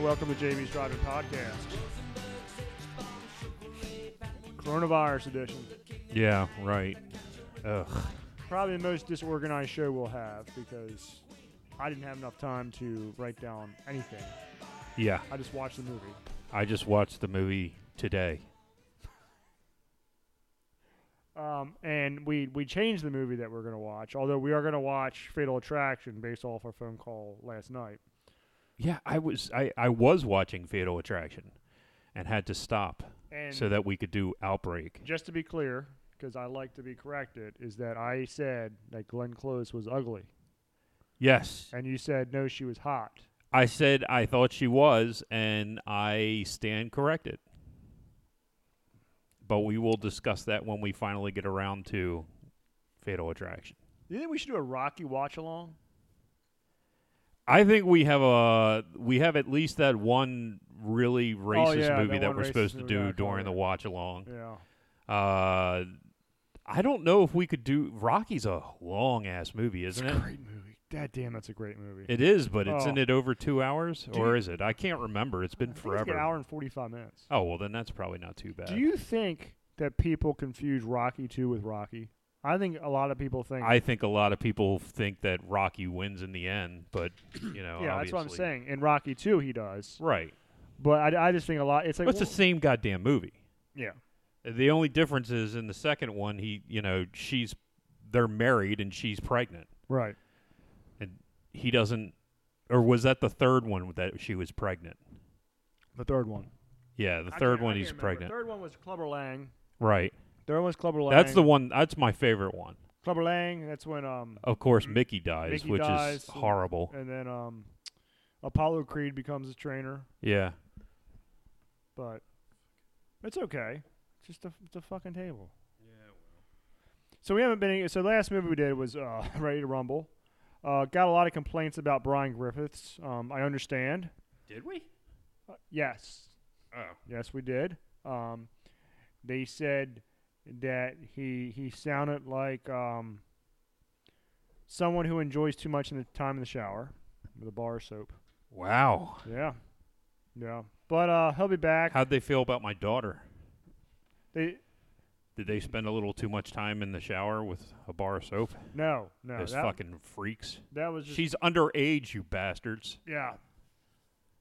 welcome to Jamie's Driving Podcast. Coronavirus edition. Yeah, right. Ugh. Probably the most disorganized show we'll have because I didn't have enough time to write down anything. Yeah, I just watched the movie. I just watched the movie today. Um, and we, we changed the movie that we're going to watch, although we are going to watch Fatal Attraction based off our phone call last night. Yeah, I was I, I was watching Fatal Attraction and had to stop And so that we could do Outbreak. just to be clear, because I like to be corrected, is that I said that Glenn Close was ugly, Yes. and you said no, she was hot. I said I thought she was and I stand corrected. But we will discuss that when we finally get around to Fatal Attraction. Do you think we should do a Rocky watch along? I think we have a we have at least that one really racist Oh, yeah, movie that that one we're racist supposed to movie I do called during it. the watch along. Yeah. Uh, I don't know if we could do. Rocky's a long ass movie, isn't it's a it? great movie. God damn, that's a great movie. It is, but it's in Oh. it over two hours, Do you- or is it? I can't remember. It's been I think It's forever. an hour and 45 minutes. Oh well, then that's probably not too bad. Do you think that people confuse Rocky 2 with Rocky? I think a lot of people think. I think a lot of people think that Rocky wins in the end, but you know, yeah, that's what I'm obviously- saying. In Rocky 2, he does. Right? But I, I just think a lot. It's like. But it's the wh- same goddamn movie. yeah. The only difference is in the second one, he, you know, she's they're married and she's pregnant. Right. He doesn't, or was that the third one that she was pregnant? The third one. Yeah, the I can't- third I one can't he's remember. pregnant. third one was Clubber Lang. Right. Third one was Clubber Lang. That's the one. That's my favorite one. Clubber Lang. That's when um Of course, Mickey dies, Mickey which dies. is horrible. and then um Apollo Creed becomes his trainer, Yeah. but it's okay. It's just a it's a fucking table. So we haven't been. So the last movie we did was uh, Ready to Rumble. Uh, got a lot of complaints about Brian Griffiths. Um, I understand. Did we? Uh, yes, Oh. yes, we did. Um, they said that he he sounded like um, someone who enjoys too much in the time in the shower with a bar of soap. Wow. Yeah, yeah. But uh, he'll be back. How'd they feel about my daughter? they Did they spend a little too much time in the shower with a bar of soap? no, no. Those that, fucking freaks. that was just She's underage, you bastards. yeah.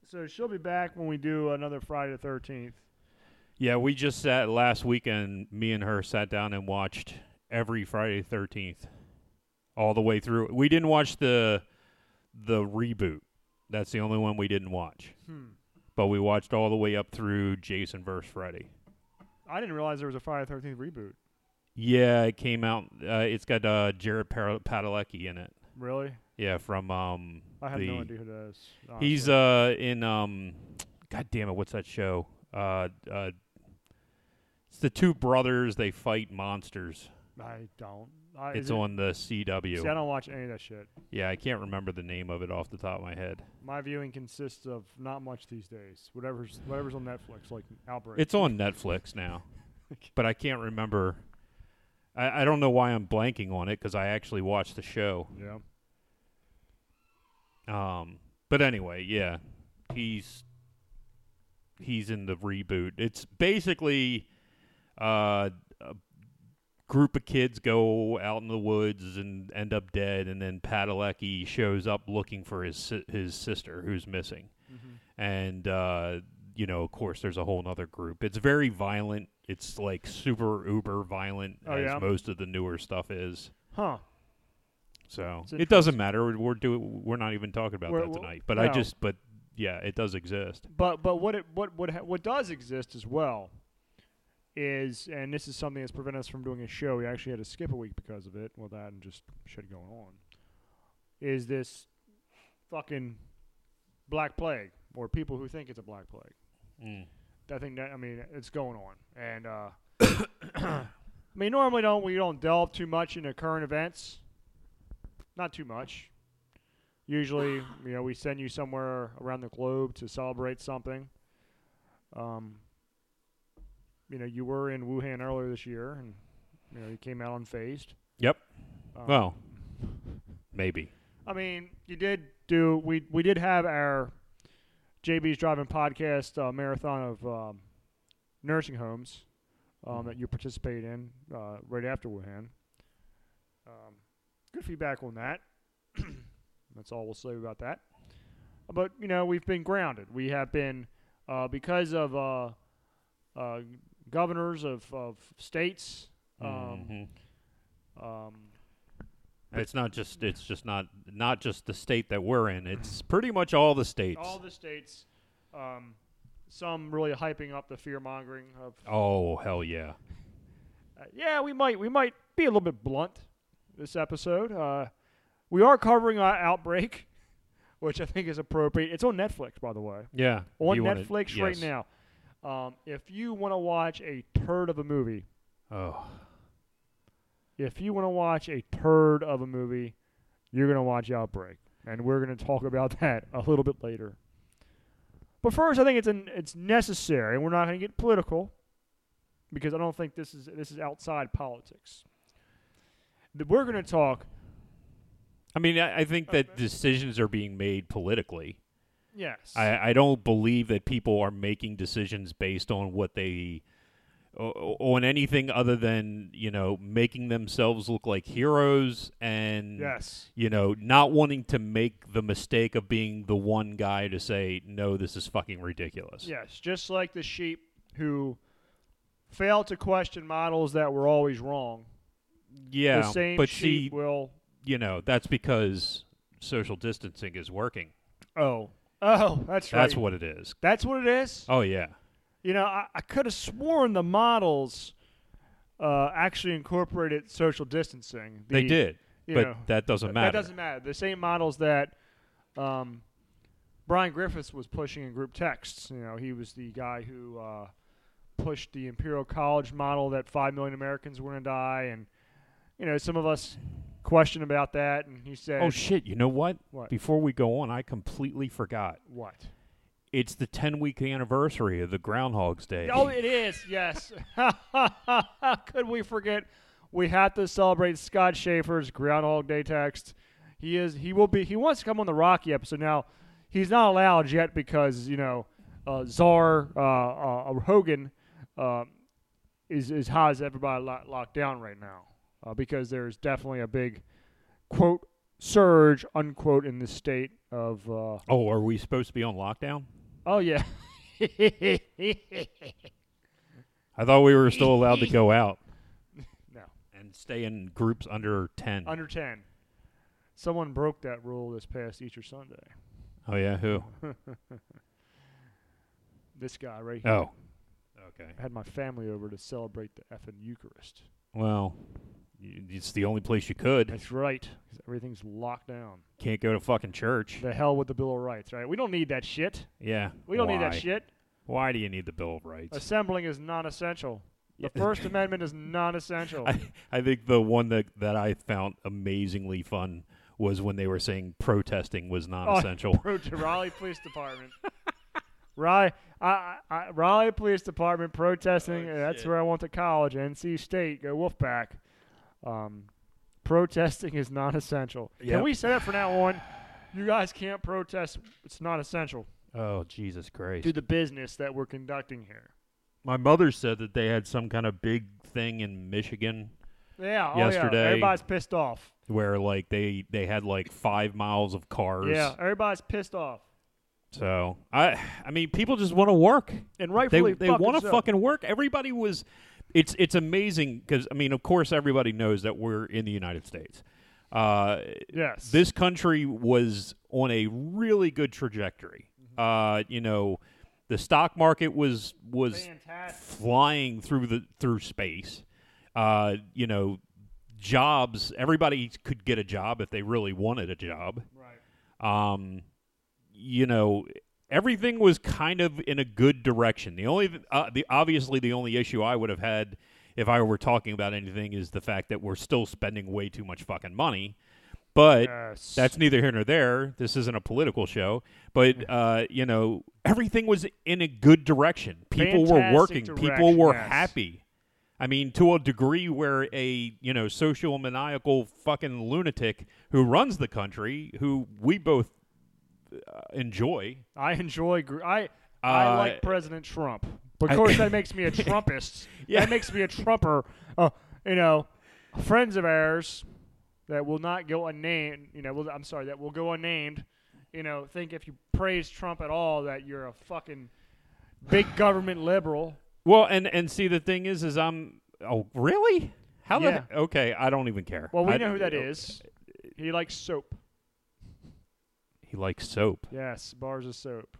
So she'll be back when we do another Friday the Thirteenth. Yeah, we just sat last weekend. Me and her sat down and watched every Friday Thirteenth, all the way through. We didn't watch the the reboot. That's the only one we didn't watch. Hmm. But we watched all the way up through Jason vs. Freddy. I didn't realize there was a Friday the Thirteenth reboot. Yeah, it came out. Uh, it's got uh, Jared Par- Padalecki in it. Really? Yeah, from um. I had the, no idea who that is. He's honestly. uh in um. God damn it! What's that show? Uh, uh, it's the two brothers. They fight monsters. I don't. I, is uh, It's it- on the See, I CW. don't watch any of that shit. Yeah, I can't remember the name of it off the top of my head. My viewing consists of not much these days. Whatever's whatever's on Netflix, like Outbreak. It's on Netflix now, but I can't remember. I, I don't know why I'm blanking on it because I actually watched the show. yeah. Um, but anyway, yeah, he's he's in the reboot. It's basically uh, a group of kids go out in the woods and end up dead, and then Padalecki shows up looking for his si- his sister who's missing, and uh, you know, of course, there's a whole other group. It's very violent. It's like super uber violent, Oh, as yeah? most of the newer stuff is. Huh. So It's it doesn't matter. We're- We're doing. We're not even talking about We're- that we're- tonight. But I no. just. But yeah, it does exist. But but what it what what ha- what does exist as well is, and this is something that's prevented us from doing a show. We actually had to skip a week because of it. Well, that and just shit going on. Is this fucking black plague or people who think it's a black plague? Mm. I think that I mean it's going on, and uh, I mean normally don't we don't delve too much into current events, not too much. Usually, you know, we send you somewhere around the globe to celebrate something. Um, you know, you were in Wuhan earlier this year, and you know you came out unfazed. Yep. Um, Well, maybe. I mean, you did do we we did have our JB's Driving Podcast uh, marathon of um, nursing homes um, that you participate in uh, right after Wuhan. Um, good feedback on that. That's all we'll say about that. But you know, we've been grounded. We have been uh, because of uh, uh, governors of, of states. Um, Mhm. um, It's not just it's just not not just the state that we're in. It's pretty much all the states. all the states, um, some really hyping up the fear mongering of. oh hell yeah! Uh, yeah, we might we might be a little bit blunt this episode. Uh, we are covering our outbreak, which I think is appropriate. It's on Netflix, by the way. Yeah. if on you wanna- Netflix right yes. now. Um, if you want to watch a turd of a movie, Oh, if you want to watch a turd of a movie, you're going to watch Outbreak, and we're going to talk about that a little bit later. But first, I think it's an, it's necessary, and we're not going to get political because I don't think this is this is outside politics. That We're going to talk, I mean, I, I think that Okay. decisions are being made politically. yes, I, I don't believe that people are making decisions based on what they o- on anything other than you know making themselves look like heroes and yes, you know not wanting to make the mistake of being the one guy to say no this is fucking ridiculous yes, just like the sheep who fail to question models that were always wrong. yeah the same but sheep see will. you know that's because social distancing is working Oh, oh, that's right. that's what it is That's what it is. oh yeah You know, I, I could have sworn the models uh, actually incorporated social distancing. they The- did you but know, that doesn't that- matter That doesn't matter. The same models that um, Brian Griffiths was pushing in group texts. You know, he was the guy who uh, pushed the Imperial College model that five million Americans were going to die, and you know, some of us questioned about that, and he said, oh shit you know what "What? before we go on i completely forgot what?" It's the 10 week anniversary of the Groundhog's Day. Oh, it is. Yes. Could we forget? We have to celebrate Scott Schaefer's Groundhog Day text. He is. He will be. He wants to come on the Rocky episode now. He's not allowed yet because you know, uh, Czar uh, uh, Hogan um is is has everybody lo- locked down right now uh, because there's definitely a big quote surge unquote in the state of. Uh, oh, are we supposed to be on lockdown? oh yeah. I thought we were still allowed to go out no. and stay in groups under 10. under 10. Someone broke that rule this past Easter Sunday. oh, yeah, who? This guy right here. Oh. Okay. I had my family over to celebrate the effing Eucharist. Well, y- it's the only place you could. That's right. 'cause everything's locked down. Can't go to fucking church. The hell with the Bill of Rights, right? We don't need that shit. Yeah. We don't need Why? that shit. Why do you need the Bill of Rights? Assembling is non essential. The First Amendment is non essential. I, I think the one that, that I found amazingly fun was when they were saying protesting was Oh, non essential. Road to Raleigh Police Department. Raleigh, I, I- I, Raleigh Police Department protesting. Oh, uh, that's shit. where I went to college. NC State, go Wolfpack. Um, protesting is not essential. Can Yep. we say that for now on? You guys can't protest. It's not essential oh, Jesus Christ. to the business that we're conducting here. My mother said that they had some kind of big thing in Michigan Yeah. oh, yeah, Yesterday- Everybody's pissed off. where like they they had like five miles of cars. Yeah. Everybody's pissed off. So I I mean people just want to work. And They rightfully, they want to so. fucking work. Everybody was. It's it's amazing because I mean of course everybody knows that we're in the United States. Uh, Yes. this country was on a really good trajectory. Uh, you know, the stock market was was fantastic. flying through the through space. Uh, you know, jobs. Everybody could get a job if they really wanted a job. Right. Um, you know, everything was kind of in a good direction. The only, uh, the obviously, the only issue I would have had if I were talking about anything is the fact that we're still spending way too much fucking money. But Yes. that's neither here nor there. This isn't a political show, but uh, you know everything was in a good direction. People Fantastic were working. People direction, were yes. happy. I mean, to a degree where a you know social maniacal fucking lunatic who runs the country, who we both uh, enjoy. I enjoy. Gr- I I Uh, like President Trump. But I- of course, that makes me a Trumpist. Yeah. That makes me a Trumper. Uh, you know, friends of ours that will not go unnamed. You know, will, I'm sorry, that will go unnamed. You know, think if you praise Trump at all, that you're a fucking big government liberal. Well, and and see the thing is, is I'm oh really? How the Yeah. he- okay? I don't even care. Well, we I- know who that oh, is. He likes soap. He likes soap. Yes, bars of soap.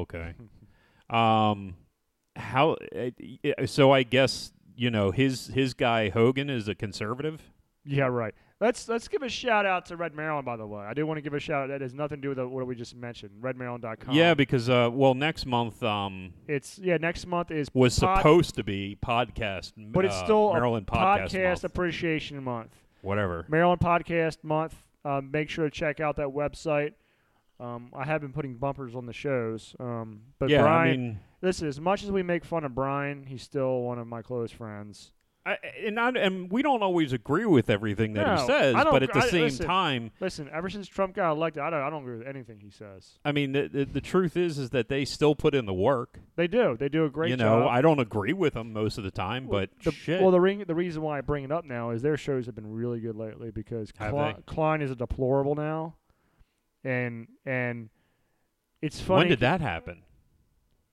okay. um, how? Uh, yeah, so I guess you know his his guy Hogan is a conservative. Yeah, right. Let's let's give a shout out to Red Maryland, by the way. I do want to give a shout out that has nothing to do with what we just mentioned. RedMaryland.com. Yeah, because uh, well, next month um it's yeah. Next month is was pod- supposed to be podcast, but it's uh, still a Maryland podcast, month, appreciation month. whatever. Maryland podcast month. Um, make sure to check out that website. Um, I have been putting bumpers on the shows, um, but yeah, Brian, I mean, listen. As much as we make fun of Brian, he's still one of my close friends. I, and I, and we don't always agree with everything that No, he says, I don't but at gr- the I- same listen. time, Listen, ever since Trump got elected, I don't, I don't agree with anything he says. I mean, the, the the truth is is that they still put in the work. They do. They do a great you know, job. I don't agree with them most of the time, Well, but the, shit. Well, the ring, the reason why I bring it up now is their shows have been really good lately because Have Klein, they? Klein is a deplorable now, and and it's funny. when did that happen?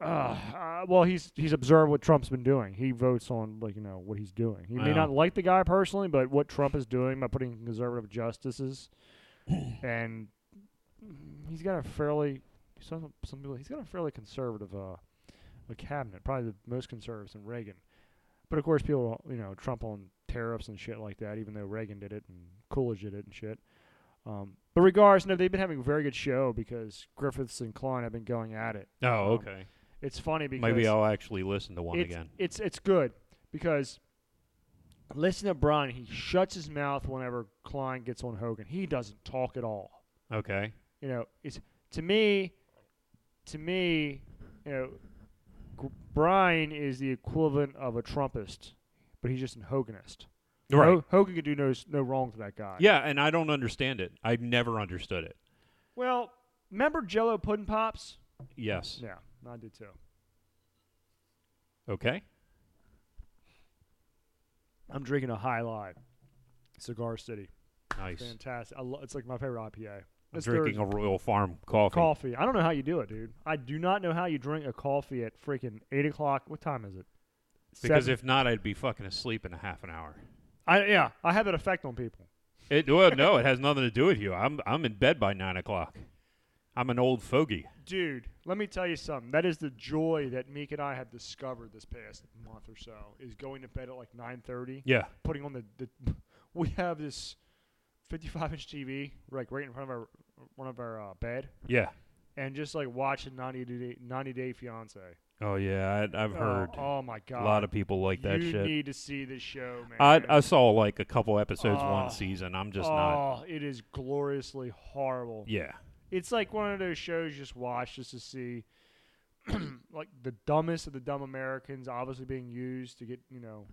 Uh, uh, well, he's he's observed what Trump's been doing. He votes on like you know what he's doing. He may Oh. not like the guy personally, but what Trump is doing by putting conservative justices, and he's got a fairly some some people he's got a fairly conservative uh a cabinet, probably the most conservative since Reagan. But of course, people you know Trump on tariffs and shit like that, even though Reagan did it and Coolidge did it and shit. Um, but regardless, no, they've been having a very good show because Griffiths and Klein have been going at it. Oh, Um, okay. It's funny because Maybe I'll actually listen to one it's, again. It's it's good because listen to Brian. He shuts his mouth whenever Klein gets on Hogan. He doesn't talk at all. Okay. You know, it's to me, to me, you know, Gr- Brian is the equivalent of a Trumpist, but he's just an Hoganist. Ho- Hogan could do no s- no wrong to that guy. Oh. Yeah, and I don't understand it. I've never understood it. Well, remember Jello Puddin' Pops? Yes. Yeah, I did too. Okay. I'm drinking a High Live, Cigar City. Nice. Fantastic. I lo- it's like my favorite IPA. I'm It's drinking their a Royal Farm coffee. coffee. I don't know how you do it, dude. I do not know how you drink a coffee at freaking eight o'clock. What time is it? because Seven. if not, I'd be fucking asleep in a half an hour. I yeah, I have that effect on people. It well, no, it has nothing to do with you. I'm I'm in bed by nine o'clock. I'm an old fogey. Dude, let me tell you something. That is the joy that Meek and I have discovered this past month or so is going to bed at like nine thirty, Yeah. putting on the, the we have this fifty five inch TV like right in front of our one of our uh, bed Yeah. and just like watching 90 day, 90 day fiance. Oh yeah, I, I've Oh, heard Oh, my god. a lot of people like that you shit. need to see this show, man. I I saw like a couple episodes Oh. one season. I'm just oh, not. it is gloriously horrible. Yeah. It's like one of those shows you just watch just to see, like the dumbest of the dumb Americans, obviously being used to get you know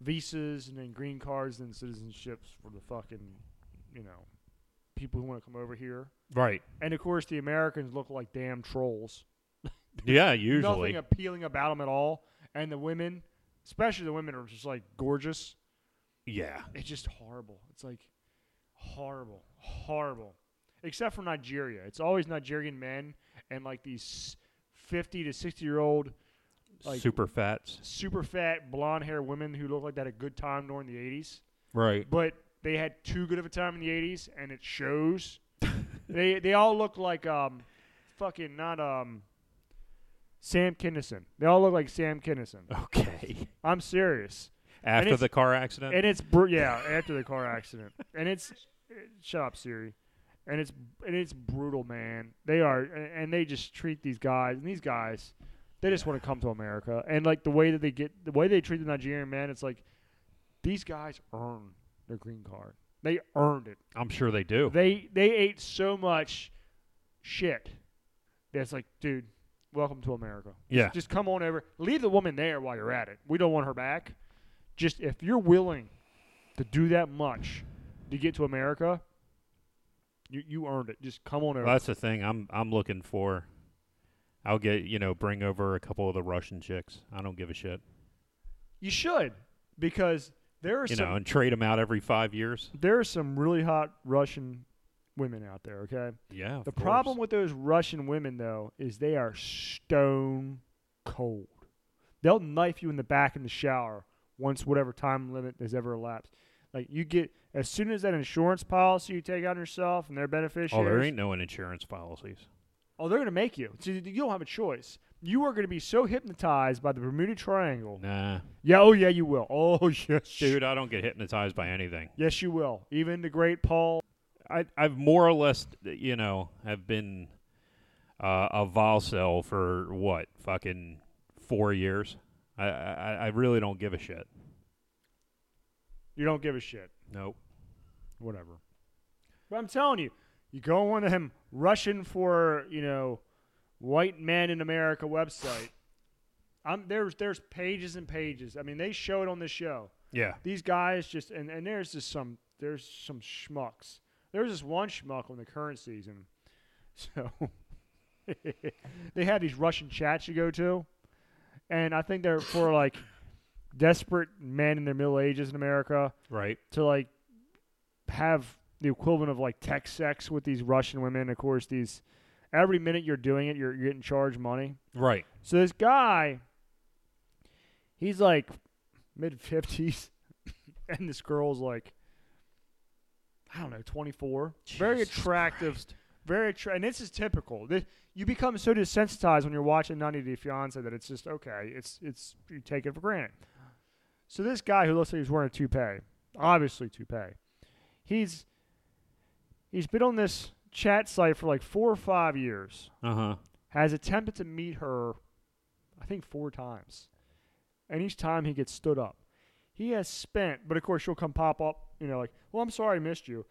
visas and then green cards and citizenships for the fucking you know people who want to come over here. Right. And of course, the Americans look like damn trolls. Yeah. Usually. Nothing appealing about them at all. And the women, especially the women, are just like gorgeous. yeah. It's just horrible. It's like horrible, horrible. Except for Nigeria, it's always Nigerian men and like these fifty to sixty year old Like- Super fats. super fat blonde hair women who look like they had a good time during the eighties. Right. But they had too good of a time in the eighties, and it shows. they they all look like um, fucking not um. Sam Kinison. They all look like Sam Kinison. Uh. Okay. I'm serious. After it's- the car accident. and it's br- yeah after the car accident and it's shut up siri and it's and it's brutal man they are and and they just treat these guys and these guys they just want to come to america and like the way that they get the way they treat the nigerian man it's like these guys earn their green card they earned it I'm sure they do. they they ate so much shit that's like dude welcome to america yeah. just come on over. Leave the woman there while you're at it. We don't want her back. Just if you're willing to do that much to get to America, You you earned it. Just come on over. Well, that's the thing I'm I'm looking for. I'll get you know bring over a couple of the Russian chicks. I don't give a shit. you should because there are You some know, and trade them out every five years. there are some really hot Russian women out there. Okay. Yeah. The problem with those Russian women, though, is they are stone cold. They'll knife you in the back in the shower once whatever time limit has ever elapsed. Like you get as soon as that insurance policy you take on yourself and their oh, beneficiaries. there ain't no insurance policies. Oh, they're gonna make you. So you you don't have a choice. You are gonna be so hypnotized by the Bermuda Triangle. Nah, Yeah. Oh yeah, you will. Oh yes, dude, I don't get hypnotized by anything. Yes, you will. Even the Great Paul. I I've more or less you know have been uh, a volcel for what fucking four years. I, I I really don't give a shit. You don't give a shit. Nope. whatever. But I'm telling you, you go on them Russian for you know white men in America website. I'm there's there's pages and pages. I mean, they show it on this show. Yeah. These guys just and, and there's just some there's some schmucks. There's this one schmuck on the current season. So they had these Russian chats you go to, and I think they're for like desperate men in their middle ages in America Right. to like have the equivalent of like tech sex with these Russian women. Of course, these every minute you're doing it, you're, you're getting charged money. Right. So this guy, he's like mid fifties, and this girl's like, I don't know, twenty four, very Jesus attractive, Christ. very attra- and this is typical. This, you become so desensitized when you're watching 90 Day Fiance that it's just okay. It's it's you take it for granted. So this guy who looks like he's wearing a toupee, obviously toupee, he's he's been on this chat site for like four or five years Uh huh. has attempted to meet her, I think, four times. And each time he gets stood up. He has spent, but of course she'll come pop up, you know, like, well, I'm sorry I missed you.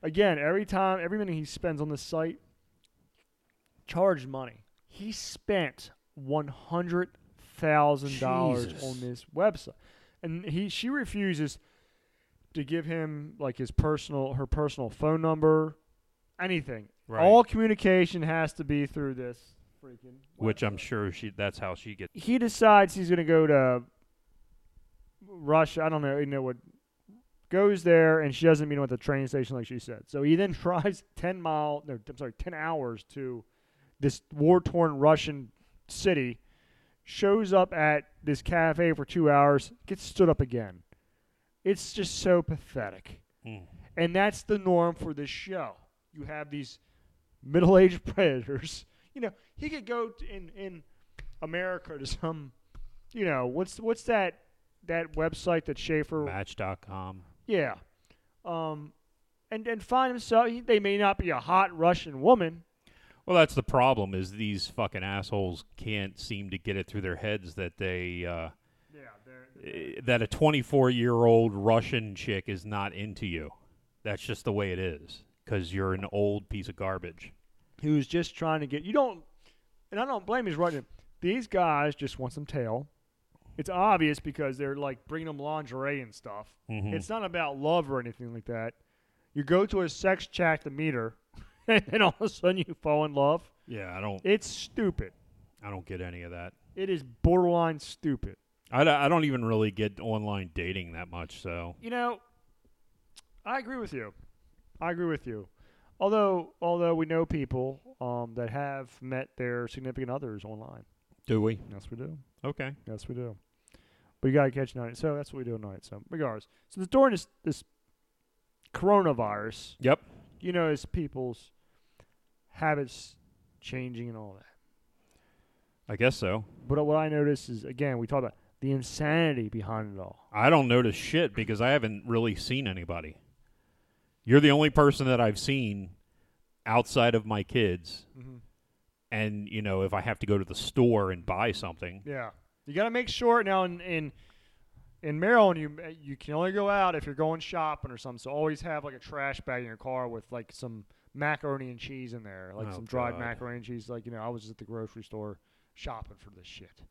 Again, every time, every minute he spends on this site, charged money. He spent $100,000 on Jesus. this website. And he, she refuses to give him like his personal, her personal phone number, anything. Right. All communication has to be through this freaking. Which I'm website. sure she. That's how she gets. He decides he's going to go to Russia. I don't know. You know what? Goes there and she doesn't meet him at the train station like she said. So he then drives ten mile. No, I'm sorry, ten hours to this war torn Russian city. Shows up at this cafe for two hours. Gets stood up again. It's just so pathetic. Mm. And that's the norm for this show. You have these middle aged predators. You know, he could go t- in in America to some you know, what's what's that that website that Schaefer Match.com. Yeah. Um and and find himself he, they may not be a hot Russian woman. Well, that's the problem. Is these fucking assholes can't seem to get it through their heads that they uh, Yeah, they're eh, that a 24 year old Russian chick is not into you. That's just the way it is. Because you're an old piece of garbage. he was just trying to get you don't and I don't blame his running. These guys just want some tail. It's obvious because they're like bringing them lingerie and stuff. Mhm. It's not about love or anything like that. You go to a sex chat to meet her, and then all of a sudden you fall in love. yeah, I don't. It's stupid. I don't get any of that. It is borderline stupid. I, d- I don't even really get online dating that much. So You know, I agree with you. I agree with you. Although, although we know people um, that have met their significant others online. do we? Yes, we do. Okay. Yes, we do. But you gotta catch night, so that's what we do at night. So, regardless, so the during this this coronavirus, Yep. you know, it's people's habits changing and all that. I guess so. But what I notice is, again, we talk about the insanity behind it all. I don't notice shit because I haven't really seen anybody. You're the only person that I've seen outside of my kids. Mm-hmm. And, you know, if I have to go to the store and buy something, Yeah, you got to make sure now in in in Maryland, you you can only go out if you're going shopping or something. So always have like a trash bag in your car with like some macaroni and cheese in there, like Oh, some dried God. macaroni and cheese. Like you know, I was at the grocery store shopping for this shit.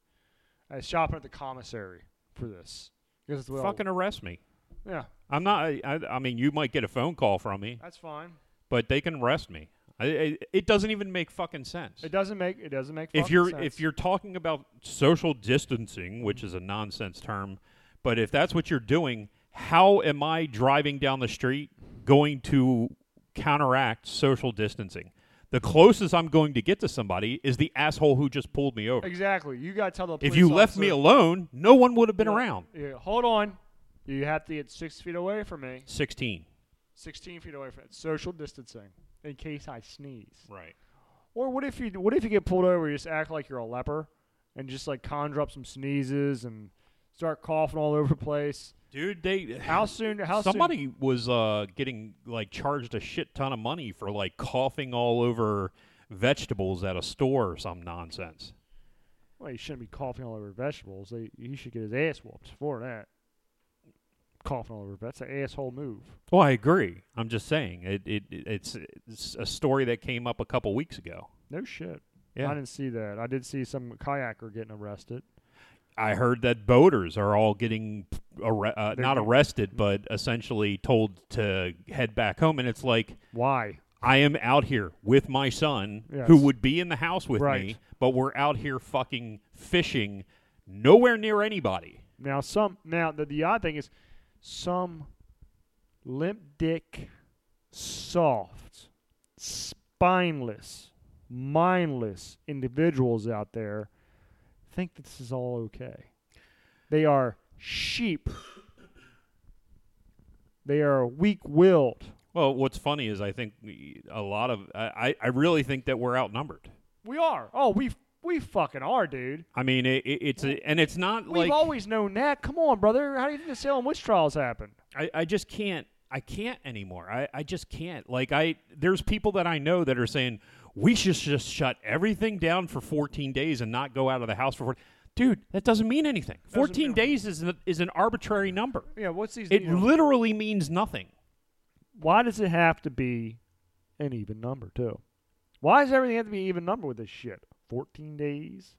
I was shopping at the commissary for this. 'Cause it's what I- fucking arrest me. yeah, I'm not, I, I, I mean, you might get a phone call from me. that's fine. but they can arrest me. I, I, it doesn't even make fucking sense. It doesn't make it doesn't make if fucking you're sense. if you're talking about social distancing, which is a nonsense term, but if that's what you're doing, how am I driving down the street going to counteract social distancing? The closest I'm going to get to somebody is the asshole who just pulled me over. exactly you got to tell the police If you left officer, me alone, no one would have been "Yeah, around. Yeah, hold on, you have to get six feet away from me, 16. sixteen feet away from it. Social distancing in case I sneeze. Right. Or what if you what if you get pulled over? You just act like you're a leper and just like conjure up some sneezes and start coughing all over the place. Dude, they How soon? How soon- somebody was uh, getting like charged a shit ton of money for like coughing all over vegetables at a store or some nonsense. Well, he shouldn't be coughing all over vegetables. They, he should get his ass whooped for that. Coughing all over that's an asshole move. Well, I agree. I'm just saying it. it it's, it's a story that came up a couple weeks ago. No shit. I Yeah, didn't see that. I did see some kayaker getting arrested. I heard that boaters are all getting arre- uh, They're not getting- arrested, but essentially told to head back home. And it's like Why? I am out here with my son, Yes. who would be in the house with Right. me, but we're out here fucking fishing, nowhere near anybody. Now some now the, the odd thing is some limp dick soft spineless mindless individuals out there think that this is all okay. They are sheep. They are weak willed. Well, what's funny is I think we- a lot of I, I I really think that we're outnumbered. We are. Oh, we we fucking are, dude. I mean, it, it, it's a, and it's not We've like always known that. Come on, brother. How do you think the Salem witch trials happened? I, I just can't I can't anymore. I, I just can't. Like I there's people that I know that are saying we should just shut everything down for 14 days and not go out of the house for 14. Dude, that doesn't mean anything. 14 mean- days is an, is an arbitrary number. Yeah, what's these? It literally means nothing. why does it have to be an even number too? Why does everything have to be an even number with this shit? Fourteen days.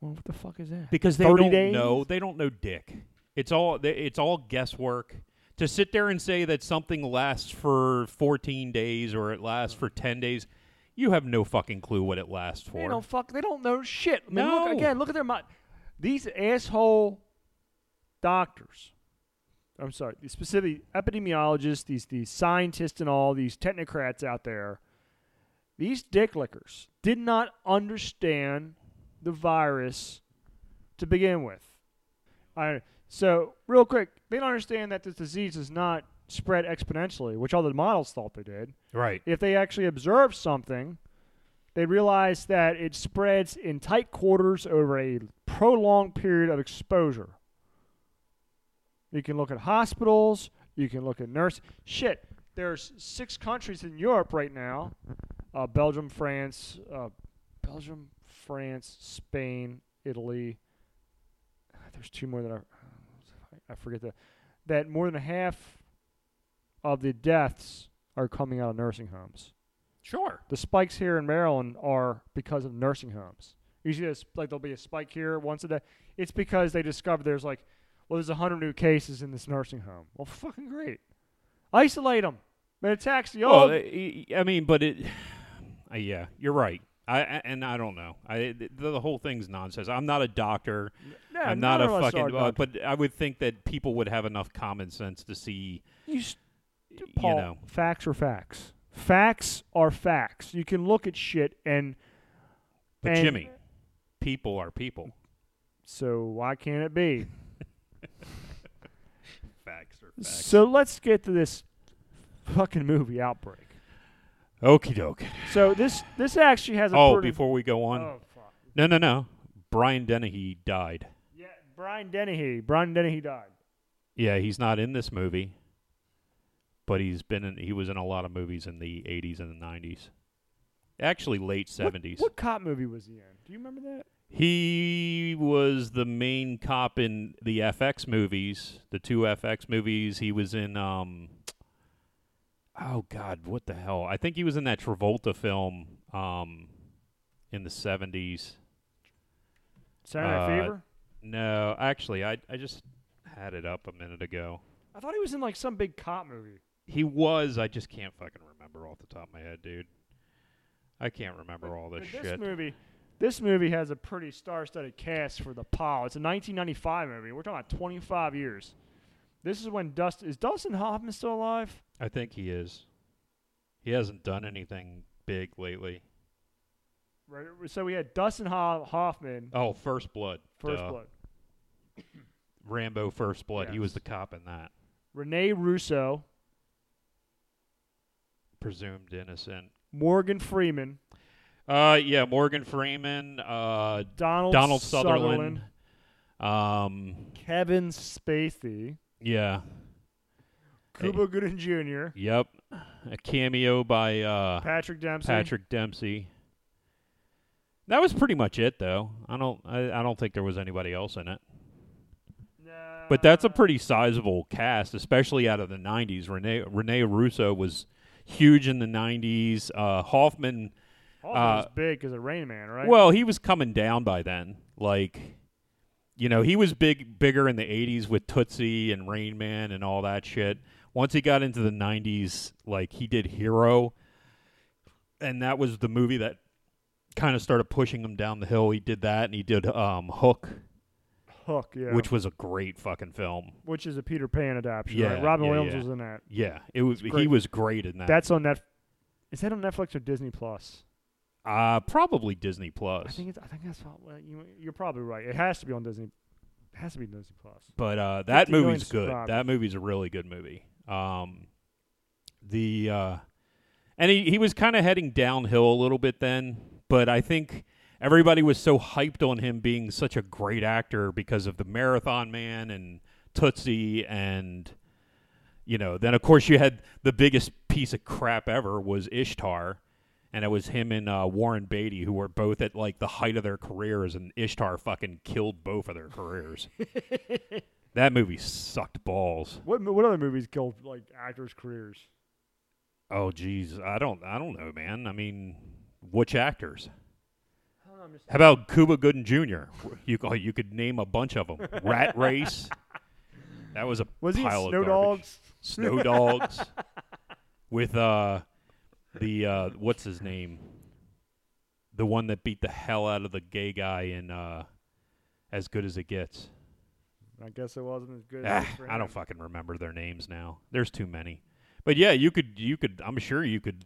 Well, what the fuck is that? because they 30 don't days? know they don't know dick it's all they- it's all guesswork to sit there and say that something lasts for 14 days or it lasts for 10 days you have no fucking clue what it lasts for They don't fuck. They don't know shit. I mean, No. look again. Look at their mind. These asshole doctors. I'm sorry. These specifically epidemiologists, these these scientists, and all these technocrats out there. These dicklickers did not understand the virus to begin with. I so real quick. They don't understand that this disease does not spread exponentially, which all the models thought they did right if they actually observe something, they realize that it spreads in tight quarters over a prolonged period of exposure. You can look at hospitals, you can look at nurse shit. There's six countries in Europe right now: uh, Belgium, France, uh, Belgium, France, Spain, Italy. Ah, There's two more that I, I forget that. That more than half of the deaths are coming out of nursing homes. sure The spikes here in Maryland are because of nursing homes. Usually, there's, like there'll be a spike here once a day. It's because they discover there's like, well, there's hundred new cases in this nursing home. Well, fucking great. Isolate them. It attacks the well old. i I mean but it uh, yeah you're right I, I- and I don't know. I the, the whole thing's nonsense. I'm not a doctor. No, I'm not a none of us fucking. are, uh, Doc. but I would think that people would have enough common sense to see. you, s- You Paul, know. facts are facts. Facts are facts. You can look at shit and But And- Jimmy, people are people. so why can't it be? Facts are facts. So let's get to this fucking movie outbreak. Okie doke. So this this actually has a Oh, pretty- before we go on, Oh, fuck. no, no, no. Brian Dennehy died. Yeah, Brian Dennehy. Brian Dennehy died. Yeah, he's not in this movie, but he's been in. He was in a lot of movies in the '80s and the '90s, actually late What- '70s. What, cop movie was he in? Do you remember that? He was the main cop in the FX movies, the two FX movies. He was in. um Oh God, what the hell? I think he was in that Travolta film um in the '70s. Saturday Night Uh, Fever. No, actually, I I just had it up a minute ago. I thought he was in like some big cop movie. He was. I just can't fucking remember off the top of my head, dude. I can't remember all this But shit. This movie, this movie has a pretty star-studded cast for the Paul. It's a 1995 movie. We're talking about 25 years. This is when Dust is Dustin Hoffman still alive? I think he is. He hasn't done anything big lately. Right. So we had Dustin Ho- Hoffman, Oh, First Blood. First Duh. Blood. Rambo First Blood. He Yes. was the cop in that. Rene Russo, Presumed innocent. Morgan Freeman, Uh, yeah, Morgan Freeman, uh, Donald Donald Sutherland. Um, Kevin Spacey, yeah, Hey. Cuba Gooding Jr., yep. A cameo by uh, Patrick Dempsey. Patrick Dempsey. That was pretty much it, though. I don't, I, I don't think there was anybody else in it. But that's a Nah. pretty sizable cast, especially out of the '90s. Rene Rene Russo was huge in the '90s. Uh, Hoffman, Hoffman was uh, big because of Rain Man, right? well, he was coming down by then. Like, you know, he was big, bigger in the '80s with Tootsie and Rain Man and all that shit. Once he got into the '90s, like he did Hero, and that was the movie that kind of started pushing him down the hill. He did that, and he did um, Hook, Hook, yeah. which was a great fucking film. which is a Peter Pan adaptation. Yeah, right? Robin yeah, Williams yeah. was in that. Yeah, it was. great. He was great in that. That's on Netflix. Is that on Netflix or Disney Plus? uh, probably Disney I Plus. think it's, I think that's what, well, you, you're probably right. It has to be on Disney. It has to be Disney Plus. But uh, that 50 million movie's good. subscribers. That movie's a really good movie. Um, the uh, and he, he was kind of heading downhill a little bit then, but I think everybody was so hyped on him being such a great actor because of the Marathon Man and Tootsie and you know. Then of course you had the biggest piece of crap ever was Ishtar. And it was him and uh, Warren Beatty who were both at like the height of their careers, and Ishtar fucking killed both of their careers. That movie sucked balls. What mo- what other movies killed like actors' careers? Oh jeez, I don't I don't know, man. I mean, which actors? I don't know, I'm just How about Cuba Gooden Jr.? You could- you could name a bunch of them. Rat Race. That was a was he in pile Snow of garbage. Dogs? Snow Dogs. With uh the uh what's his name? The one that beat the hell out of the gay guy in uh As Good as It Gets. I guess it wasn't as good. Ah, as Rain I Man. don't fucking remember their names now. There's too many. But yeah, you could you could I'm sure you could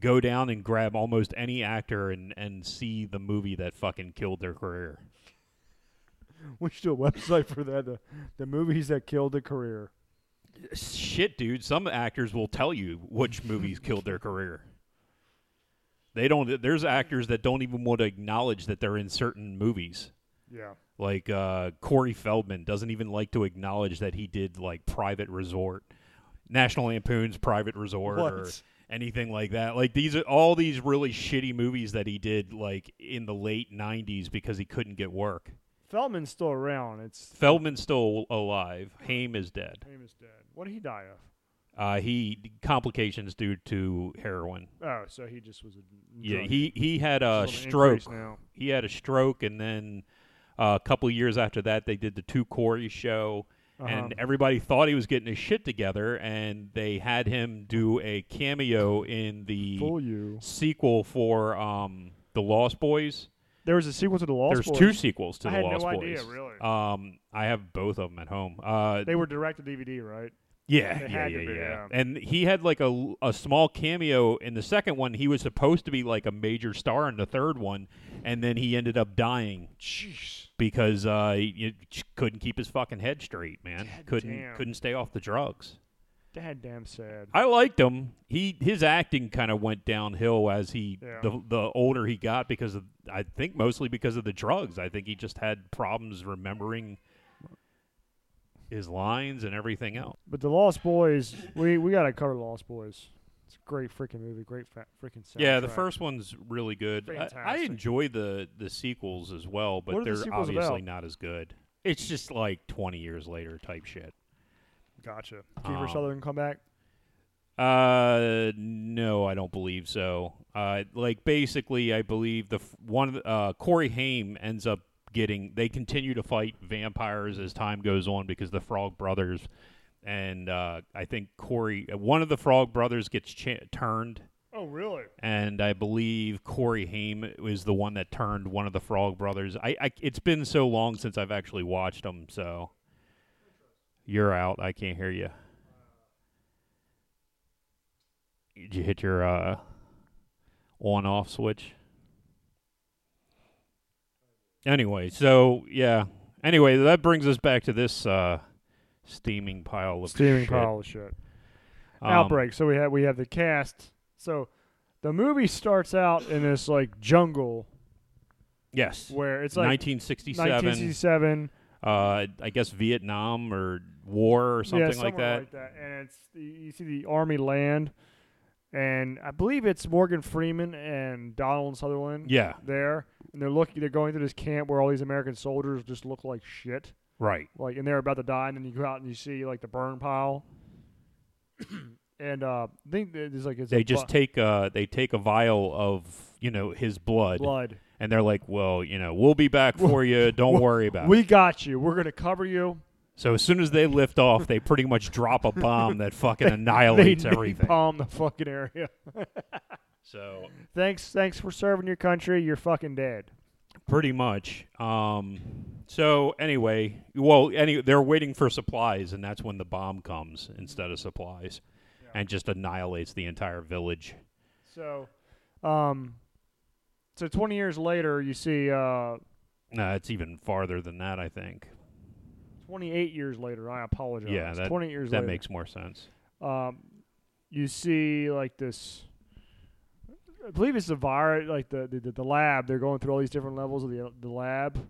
go down and grab almost any actor and and see the movie that fucking killed their career. We should do a website for that. The, the movies that killed the career. Shit, dude, some actors will tell you which movies killed their career. They don't there's actors that don't even want to acknowledge that they're in certain movies. Yeah. Like uh, Corey Feldman doesn't even like to acknowledge that he did like Private Resort, National Lampoon's Private Resort, or What? anything like that. Like these are all these really shitty movies that he did like in the late '90s because he couldn't get work. Feldman's still around. It's Feldman's still alive. Haim is dead. name is dead. What did he die of? Uh, he complications due to heroin. Oh, so he just was a Yeah, drug- he he had he's on a the stroke. increase now. He had a stroke, and then uh, a couple years after that, they did the Two Corey show. and Uh-huh. everybody thought he was getting his shit together, and they had him do a cameo in the fool you. sequel for um, the Lost Boys. There was a sequel to the Lost There's Boys. two sequels to I the had no Lost idea, Boys. really. Um, I have both of them at home. Uh, They were direct to DVD, right? yeah, they yeah, had yeah, to be, yeah. yeah. And he had like a a small cameo in the second one. He was supposed to be like a major star in the third one, and then he ended up dying. Jeez. because uh, he, he j- couldn't keep his fucking head straight, man. God couldn't damn. couldn't stay off the drugs. Dad damn sad. I liked him. He his acting kind of went downhill as he Yeah. the the older he got because of I think mostly because of the drugs. I think he just had problems remembering his lines and everything else. But the Lost Boys, we, we got to cover the Lost Boys. It's a great freaking movie, great fa- freaking soundtrack. Yeah, the first one's really good. I, I Fantastic. enjoy the the sequels as well, but What are the they're sequels obviously about? not as good. It's just like 20 years later type shit. Gotcha. Kiefer Um, Sutherland come back. Uh, no, I don't believe so. Uh, like basically, I believe the f- one of the, uh Corey Haim ends up getting. They continue to fight vampires as time goes on because the Frog Brothers and uh, I think Corey, one of the Frog brothers, gets cha- turned, Oh, really? and I believe Corey Haim was the one that turned one of the Frog brothers. I, I it's been so long since I've actually watched them, so you're out. I can't hear you. Did you hit your uh, on-off switch? Anyway, so yeah. Anyway, that brings us back to this uh, steaming pile of Steaming shit. pile of shit. Um, Outbreak. So we have we have the cast. So the movie starts out in this like jungle Yes. where it's like 1967. 1967 Uh, I guess Vietnam or war or yeah, something like somewhere that. like that. And it's the, you see the army land, and I believe it's Morgan Freeman and Donald Sutherland. Yeah. there, and they're looking. They're going through this camp where all these American soldiers just look like shit, Right. like, and they're about to die. And then you go out and you see like the burn pile, and uh, I think that there's like it's They a just bu- take uh they take a vial of you know his blood, blood. and they're like, well, you know, we'll be back for you. Don't Well, worry about it. We got you. We're gonna cover you. So as soon as they lift off, they pretty much drop a bomb that fucking They annihilates everything. palm the fucking area. So thanks, thanks for serving your country. You're fucking dead. pretty much. Um, so anyway, well, any they're waiting for supplies, and that's when the bomb comes instead of supplies, and just annihilates the entire village. So, um, so 20 years later, you see, uh, No, it's even farther than that. I think 28 years later, I apologize. Yeah, that- 28 years that later. makes more sense. um, you see like this. I believe it's the virus, like the, the the lab. They're going through all these different levels of the the lab.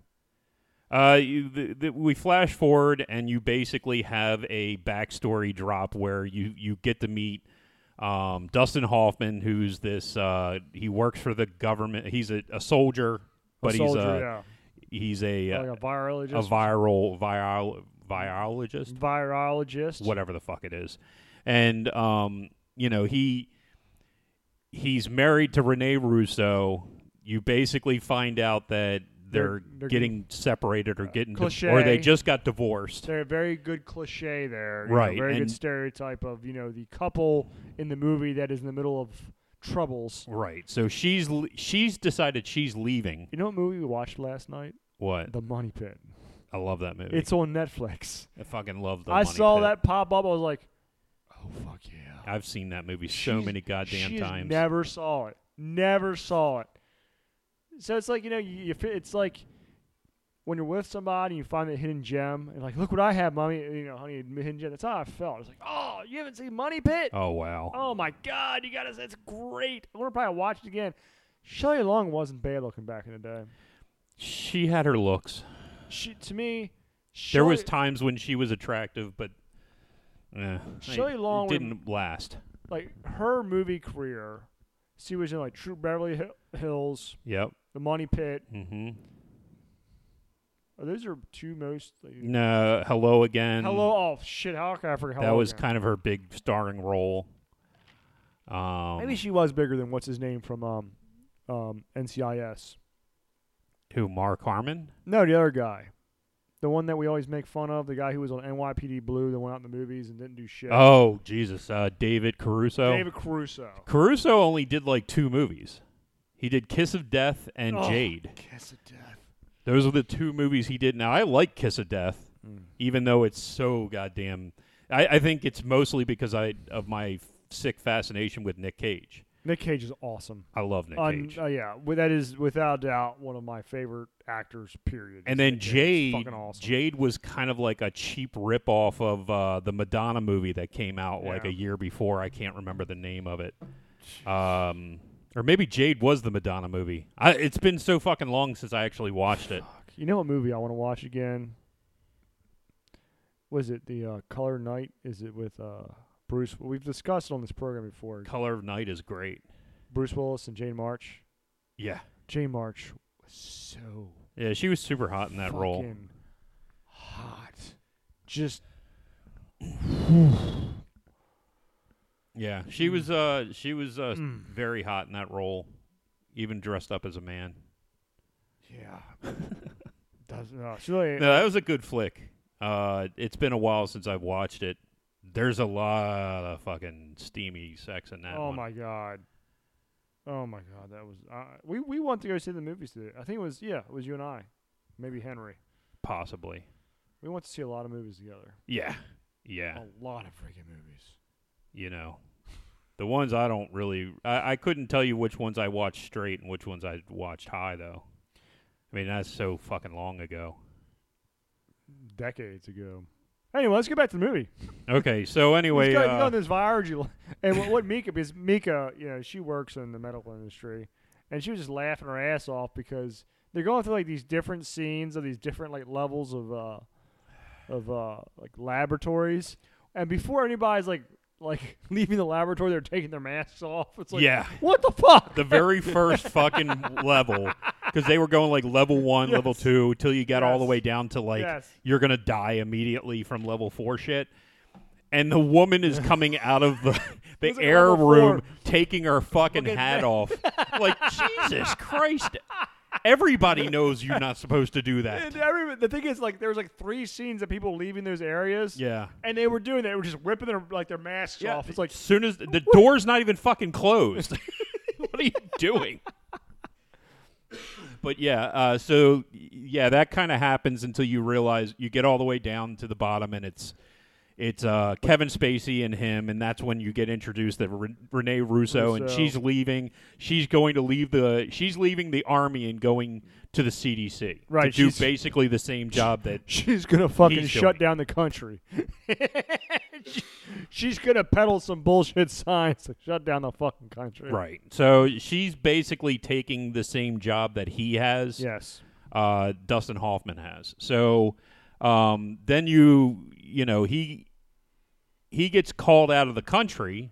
Uh, you, the, the, we flash forward, and you basically have a backstory drop where you you get to meet um, Dustin Hoffman, who's this. Uh, he works for the government. He's a, a soldier, but a soldier, he's a yeah, he's a uh, like a virologist, a viral viral virologist, virologist. whatever the fuck it is, and um, you know he he's married to Renee Russo. You basically find out that. They're, They're- they're getting separated or getting, di- or cliche. they just got divorced. They're a very good cliche there, you know, Right, very and- good stereotype of you know the couple in the movie that is in the middle of troubles. Right. So she's le- she's decided she's leaving. You know what movie we watched last night? What? The Money Pit. I love that movie. It's on Netflix. I fucking love the I Money saw Pit. that pop up. I was like, "Oh fuck yeah!" I've seen that movie so She's- many goddamn she times. Never saw it. Never saw it. So it's like you know, you, you fi- it's like when you're with somebody, and you find that hidden gem, and like, look what I have, mommy. You know, honey, hidden gem. That's how I felt. It's like, oh, you haven't seen Money Pit? oh wow. Oh my God, you gotta. That's great. I'm gonna probably watch it again. Shelley Long wasn't bad looking back in the day. She had her looks. She to me, There was Shelley- times when she was attractive, but eh, Shelley it Long would- didn't last. like her movie career. She was in like True Beverly Hill- Hills, Yep. The Money Pit. Mm-hmm. Oh, those are two most. Like, No. uh, Hello again. Hello, oh shit! How can I forget? That Hello was again? kind of her big starring role. Um, Maybe she was bigger than what's his name from um, um, NCIS. who? Mark Harmon. No, the other guy, the one that we always make fun of, the guy who was on NYPD Blue, that went out in the movies and didn't do shit. Oh Jesus. Uh, David Caruso. David Caruso. Caruso only did like two movies. He did Kiss of Death and Oh, Jade. Kiss of death. Those are the two movies he did. Now I like Kiss of Death, Mm. even though it's so goddamn. I, I think it's mostly because I of my sick fascination with Nick Cage. Nick Cage is awesome. I love Nick Un- Cage. uh, yeah, well, that is without doubt one of my favorite actors. Period. and then Nick Cage is Jade, fucking awesome. Jade was kind of like a cheap ripoff of uh, the Madonna movie that came out like Yeah. a year before. I can't remember the name of it. Um, or maybe Jade was the Madonna movie. I, it's been so fucking long since I actually watched it. Fuck. You know what movie I want to watch again? Was it the uh, Color Night? Is it with uh, Bruce? Well, we've discussed it on this program before. Color of Night is great. Bruce Willis and Jane March. Yeah. Jane March was so Yeah, she was super hot in that role. fucking hot. Just Yeah. She was uh she was uh Mm. very hot in that role, even dressed up as a man. yeah. Doesn't uh, she really, No, that was a good flick. Uh it's been a while since I've watched it. There's a lot of fucking steamy sex in that. Oh one. my god. Oh my god, that was uh, we we want to go see the movies today. I think it was yeah, it was you and I, maybe Henry. Possibly. We went to see a lot of movies together. Yeah. Yeah. A lot of freaking movies. you know the ones i don't really I, I couldn't tell you which ones i watched straight and which ones i watched high though i mean that's so fucking long ago decades ago. Anyway, let's get back to the movie. okay so anyway He's got, he's uh, got this virology, li- and what, what Mika because Mika, you know, she works in the medical industry, and she was just laughing her ass off because they're going through like these different scenes of these different like levels of uh of uh like laboratories, and before anybody's like like leaving the laboratory, they're taking their masks off. It's like, yeah what the fuck? the very first fucking level because they were going like level one level Yes. two till you got all the Yes. way down to like yes, you're gonna die immediately from level four shit. And the woman is coming out of the, the It's like air level room, four. taking her fucking Fucking hat thing. off. like Jesus Christ! Everybody knows you're not supposed to do and that. every, the thing is like there was like three scenes of people leaving those areas, Yeah. and they were doing that. They were just whipping their like their masks Yeah. off. It's like as soon as the door's not even fucking closed. what are you doing? But yeah, uh, so y- yeah, that kind of happens until you realize you get all the way down to the bottom, and it's it's uh, Kevin Spacey and him, and that's when you get introduced that Re- Renee Russo, and Russo. she's leaving. She's going to leave the she's leaving the army and going to the CDC Right, to do she's- basically the same job that She's gonna fucking He's shut doing. down the country. She- She's gonna peddle some bullshit science to shut down the fucking country. right. So she's basically taking the same job that he has. Yes. uh, Dustin Hoffman has. So um, then you you know he he gets called out of the country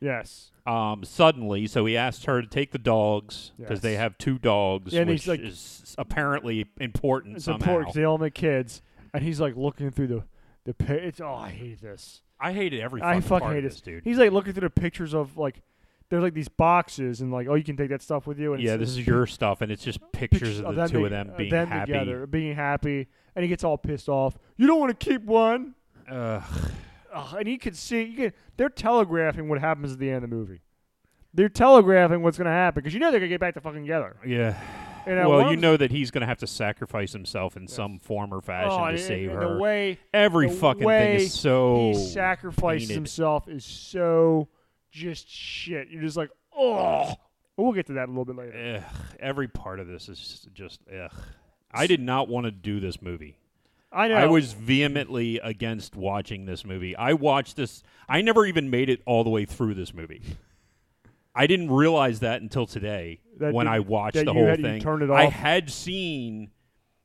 Yes. um, suddenly, so he asks her to take the dogs because Yes. they have two dogs, Yeah, and which he's like- is apparently important It's somehow. important 'cause they all make kids, and he's like looking through the the pi- it's oh I hate this. I hated every. I fucking part hate of this. this dude. He's like looking through the pictures of like there's like these boxes and like oh you can take that stuff with you. And yeah, it's- this is your stuff, and it's just pictures pictures of of the two being- of them uh, being them happy. together, being happy, and he gets all pissed off. You don't want to keep one. Ugh. Ugh, and you can see you can, they're telegraphing what happens at the end of the movie. They're telegraphing what's going to happen because you know they're going to get back to fucking together. Yeah. And, uh, one well, of you them's- know that he's going to have to sacrifice himself in some form or fashion oh, to and, save and her. The way Every the fucking way thing is so he sacrifices painted. himself is so just shit. You're just like, oh. We'll get to that a little bit later. Ugh, every part of this is just ugh. I did not want to do this movie. I know. I was vehemently against watching this movie. I watched this. I never even made it all the way through this movie. I didn't realize that until today That when you- I watched that the you whole had- you thing. turned it I off? had seen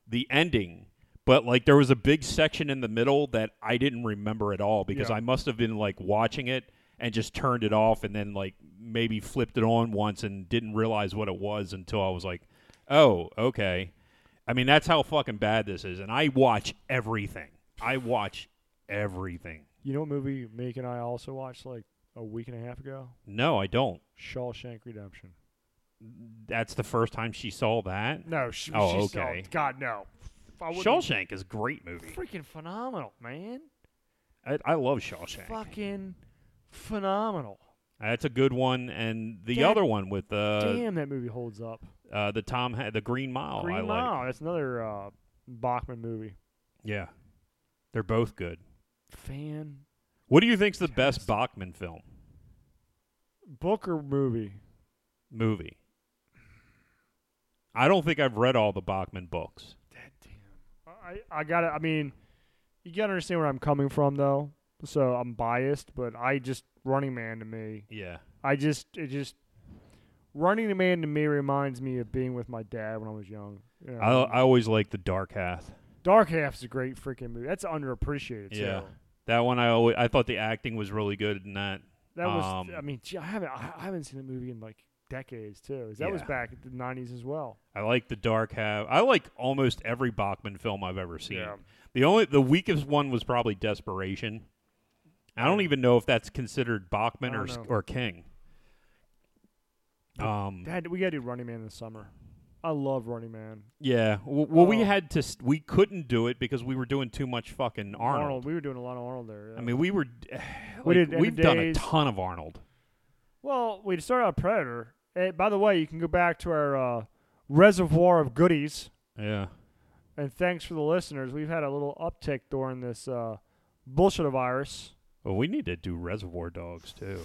the ending, but like there was a big section in the middle that I didn't remember at all because Yeah. I must have been like watching it and just turned it off and then like maybe flipped it on once and didn't realize what it was until I was like, "Oh, okay." I mean, that's how fucking bad this is and I watch everything. I watch everything. you know what movie Meek and I also watched like a week and a half ago? No, I don't. Shawshank Redemption. That's the first time she saw that. No, she, Oh, she's- okay. God, no. I wouldn't- Shawshank is a great movie. Freaking phenomenal, man. I, I love Shawshank. Fucking phenomenal. That's a good one, and the That- other one with uh, Damn, that movie holds up. uh the Tom ha- the Green Mile. I Green like. Mile. That's another uh, Bachman movie. Yeah, they're both good. Fan What do you think's the Yes. best Bachman film Booker movie. movie? I don't think I've read all the Bachman books. That damn. I I gotta. I mean, you gotta understand where I'm coming from though. So I'm biased, but I just Running Man to me. Yeah, I just it just Running Man to me reminds me of being with my dad when I was young. You know, I I always like the Dark Hath. Dark Half's a great freaking movie. That's underappreciated. too. Yeah. That one I always I thought the acting was really good in that. That was, Um, I mean, gee, I haven't, I I haven't seen the movie in like decades too. 'cause That was Yeah. back in the '90s as well. I like the Dark Hath. I like almost every Bachman film I've ever seen. Yeah. The only the weakest one was probably Desperation. I don't even know if that's considered Bachman I or Um, don't know. or King. Um, Dad, we gotta do Running Man in the summer. I love Running Man. Yeah. W- Well, we Oh. had to. St- we couldn't do it because we were doing too much fucking Arnold. We were doing a lot of Arnold there. yeah. I mean, we were. We like, did End of we've done a Days. ton of Arnold. well, we started out Predator. Eh, by the way, you can go back to our uh, reservoir of goodies. Yeah. And thanks for the listeners. We've had a little uptick during this uh, bullshit virus. Well, we need to do Reservoir Dogs too.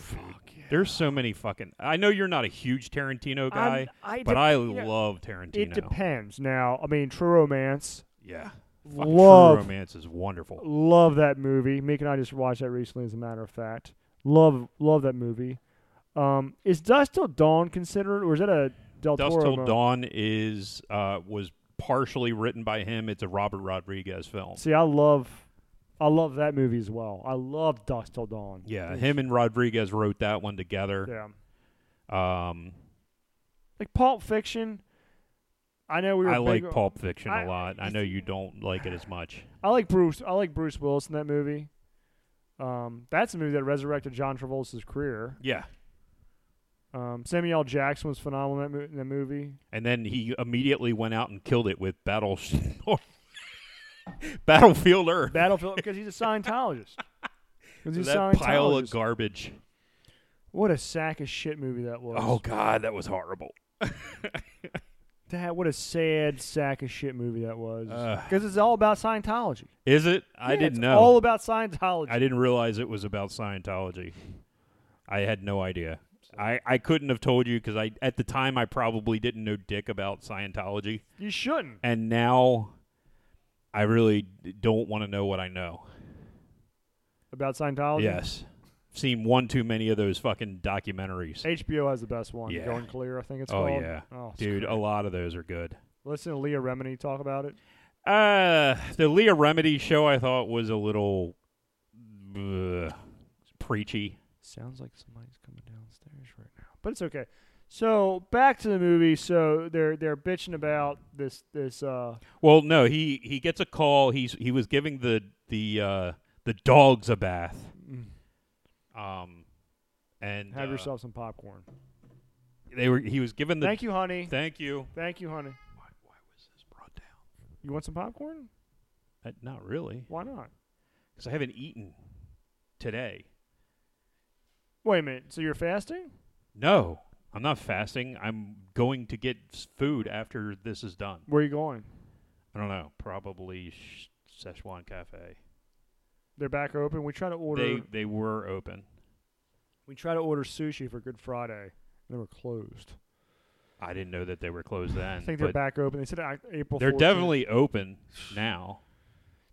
There's so many fucking. I know you're not a huge Tarantino guy, but I yeah. love It Tarantino. depends. Now, I mean, True Romance. yeah. Fucking love, True Romance is wonderful. love that movie. Meek and I just watched that recently, as a matter of fact. Love, love that movie. Um, is Dust Till Dawn considered, or is that a Del Dust Toro? Till mo- Dawn is uh, was partially written by him. It's a Robert Rodriguez film. See, I love, I love that movie as well. I love Dust Till Dawn. Yeah, It's- him and Rodriguez wrote that one together. Yeah, Um, like Pulp Fiction. I know we were. I big like on- Pulp Fiction I- a lot. I it's- know you don't like it as much. I like Bruce. I like Bruce Willis in that movie. Um, that's a movie that resurrected John Travolta's career. Yeah. Um, Samuel L. Jackson was phenomenal in that, mo- in that movie. And then he immediately went out and killed it with Battle Battlefield Earth. Battlefield because he's a Scientologist. 'Cause he's a that pile of Scientologist. garbage. what a sack of shit movie that was. Oh God, that was horrible. that what a sad sack of shit movie that was. Ugh. Because it's all about Scientology. Is it? Uh, I Yeah, didn't it's know. All about Scientology. I didn't realize it was about Scientology. I had no idea. I, I couldn't have told you because I at the time I probably didn't know dick about Scientology, you shouldn't. and now I really d- don't want to know what I know. About Scientology. Yes, seen one too many of those fucking documentaries, HBO has the best one. Yeah. Going clear, I think it's Oh, called. yeah. Oh, it's dude. great. A lot of those are good. Listen to Leah Remini talk about it. Uh, the Leah Remedy show I thought was a little ugh, preachy. Sounds like somebody's coming downstairs right now, but it's okay. So back to the movie. So they're they're bitching about this this uh Well, no, he he gets a call. He's he was giving the the uh, the dogs a bath. Um, and Mm. have uh, yourself some popcorn. They were he was given the Thank you, honey. thank you. Thank you, honey. Why, why was this brought down? You want some popcorn? Uh, not really, Why not? because I haven't eaten today. Wait a minute. So you're fasting? No, I'm not fasting. I'm going to get s- food after this is done. Where are you going? I don't know. Probably Sh- Szechuan Cafe. They're back open. We try to order. They they were open. we try to order sushi for Good Friday. and They were closed. I didn't know that they were closed then. I think they're but back open. They said uh, April. They're 14th. definitely open now.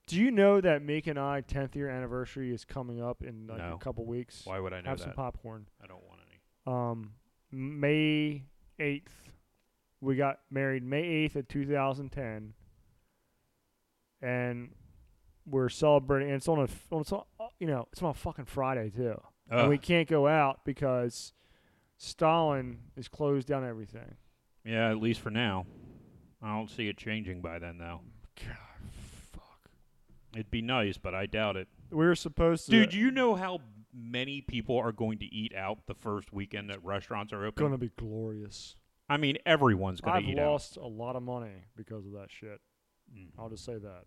Do you know that Meek and I 10th year anniversary is coming up in like No. a couple weeks? Why would I know Have that? some popcorn. I don't want any. um, May 8th. We got married May 8th of 2010. And we're celebrating. And it's on a, f- on- it's on, you know, it's on a fucking Friday, too. And Ugh, we can't go out because Stalin has closed down everything. yeah, at least for now. I don't see it changing by then, though. God, fuck. It'd be nice, but I doubt it. We were supposed to. Dude, you know how many people are going to eat out the first weekend that restaurants are open? going to be glorious. I mean, everyone's going I've to eat lost a lot of money because of that shit. out. Mm. I'll just say that.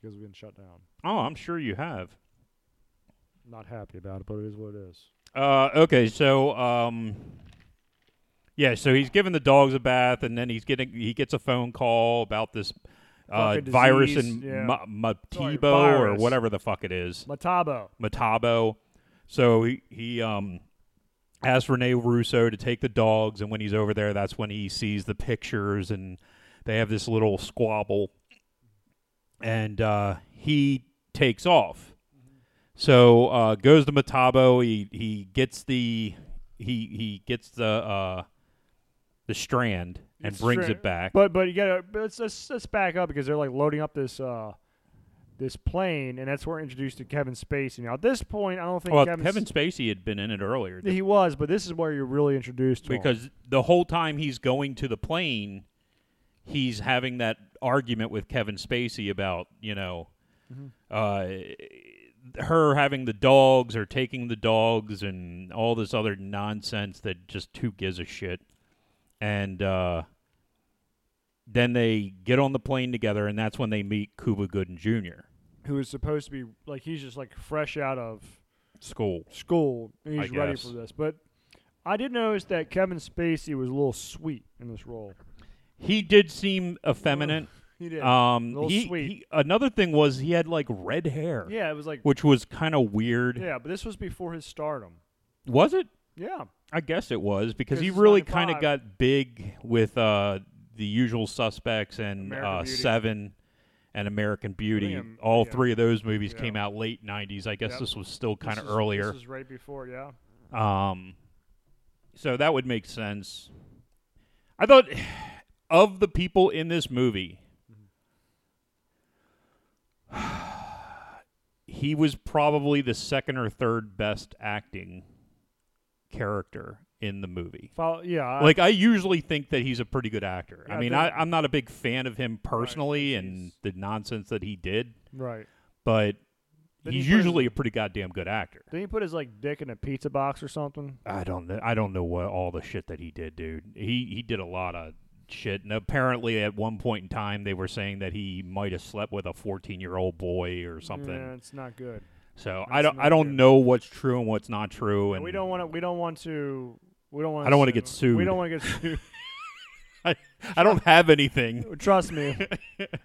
Because we've been shut down. Oh, I'm sure you have. Not happy about it, but it is what it is. Uh, okay, so um, yeah, so he's giving the dogs a bath, and then he's getting he gets a phone call about this uh, Fucking virus disease, in yeah. Ma- Sorry, Matibo or virus. whatever the fuck it is, Matabo. Matabo. So he he um asks Rene Russo to take the dogs, and when he's over there, that's when he sees the pictures, and they have this little squabble, and uh, he takes off. So uh, goes to Matabo. He he gets the he he gets the uh, the strand and It's brings strand- it back. But but you gotta but let's, let's let's back up because they're like loading up this uh this plane, and that's where we're introduced to Kevin Spacey. Now at this point, I don't think well, Kevin's- Kevin Spacey had been in it earlier he was, but this is where you're really introduced to him. because the whole time he's going to the plane, he's having that argument with Kevin Spacey about you know, Mm-hmm. uh, her having the dogs or taking the dogs and all this other nonsense that just who gives a shit, and uh, Then they get on the plane together, and that's when they meet Cuba Gooden Jr. who is supposed to be like he's just like fresh out of School. school and I he's ready guess. for this. But I did notice that Kevin Spacey was a little sweet in this role. He did seem effeminate. He did. Um, little he, sweet. he- another thing was he had like red hair, yeah, it was like which was kind of weird. yeah, but this was before his stardom. Was it? Yeah, I guess it was because 'Cause he it's really 95. kind of got big with uh, the Usual Suspects and American uh, Beauty. Seven and American Beauty. Am- All yeah. three of those movies Yeah. came out late '90s. I guess Yep. this was still This kind of is- earlier. This is right before. Yeah, Um, so that would make sense. I thought of the people in this movie, he was probably the second or third best acting character in the movie. Follow, yeah. I- Like I usually think that he's a pretty good actor. Yeah, I mean, I I, think- I'm not a big fan of him personally he's- and the nonsense that he did, right. but Then he's he plays- usually a pretty goddamn good actor. Did he put his like dick in a pizza box or something? I don't know. I don't know what all the shit that he did, dude. He he did a lot of shit, and apparently at one point in time they were saying that he might have slept with a fourteen year old boy or something. Yeah, it's not good. So that's I don't not I don't good. know what's true and what's not true, And and we don't want to. We don't want to. We don't want. I don't wanna get We sued. don't want to get sued. I don't have anything. Trust me,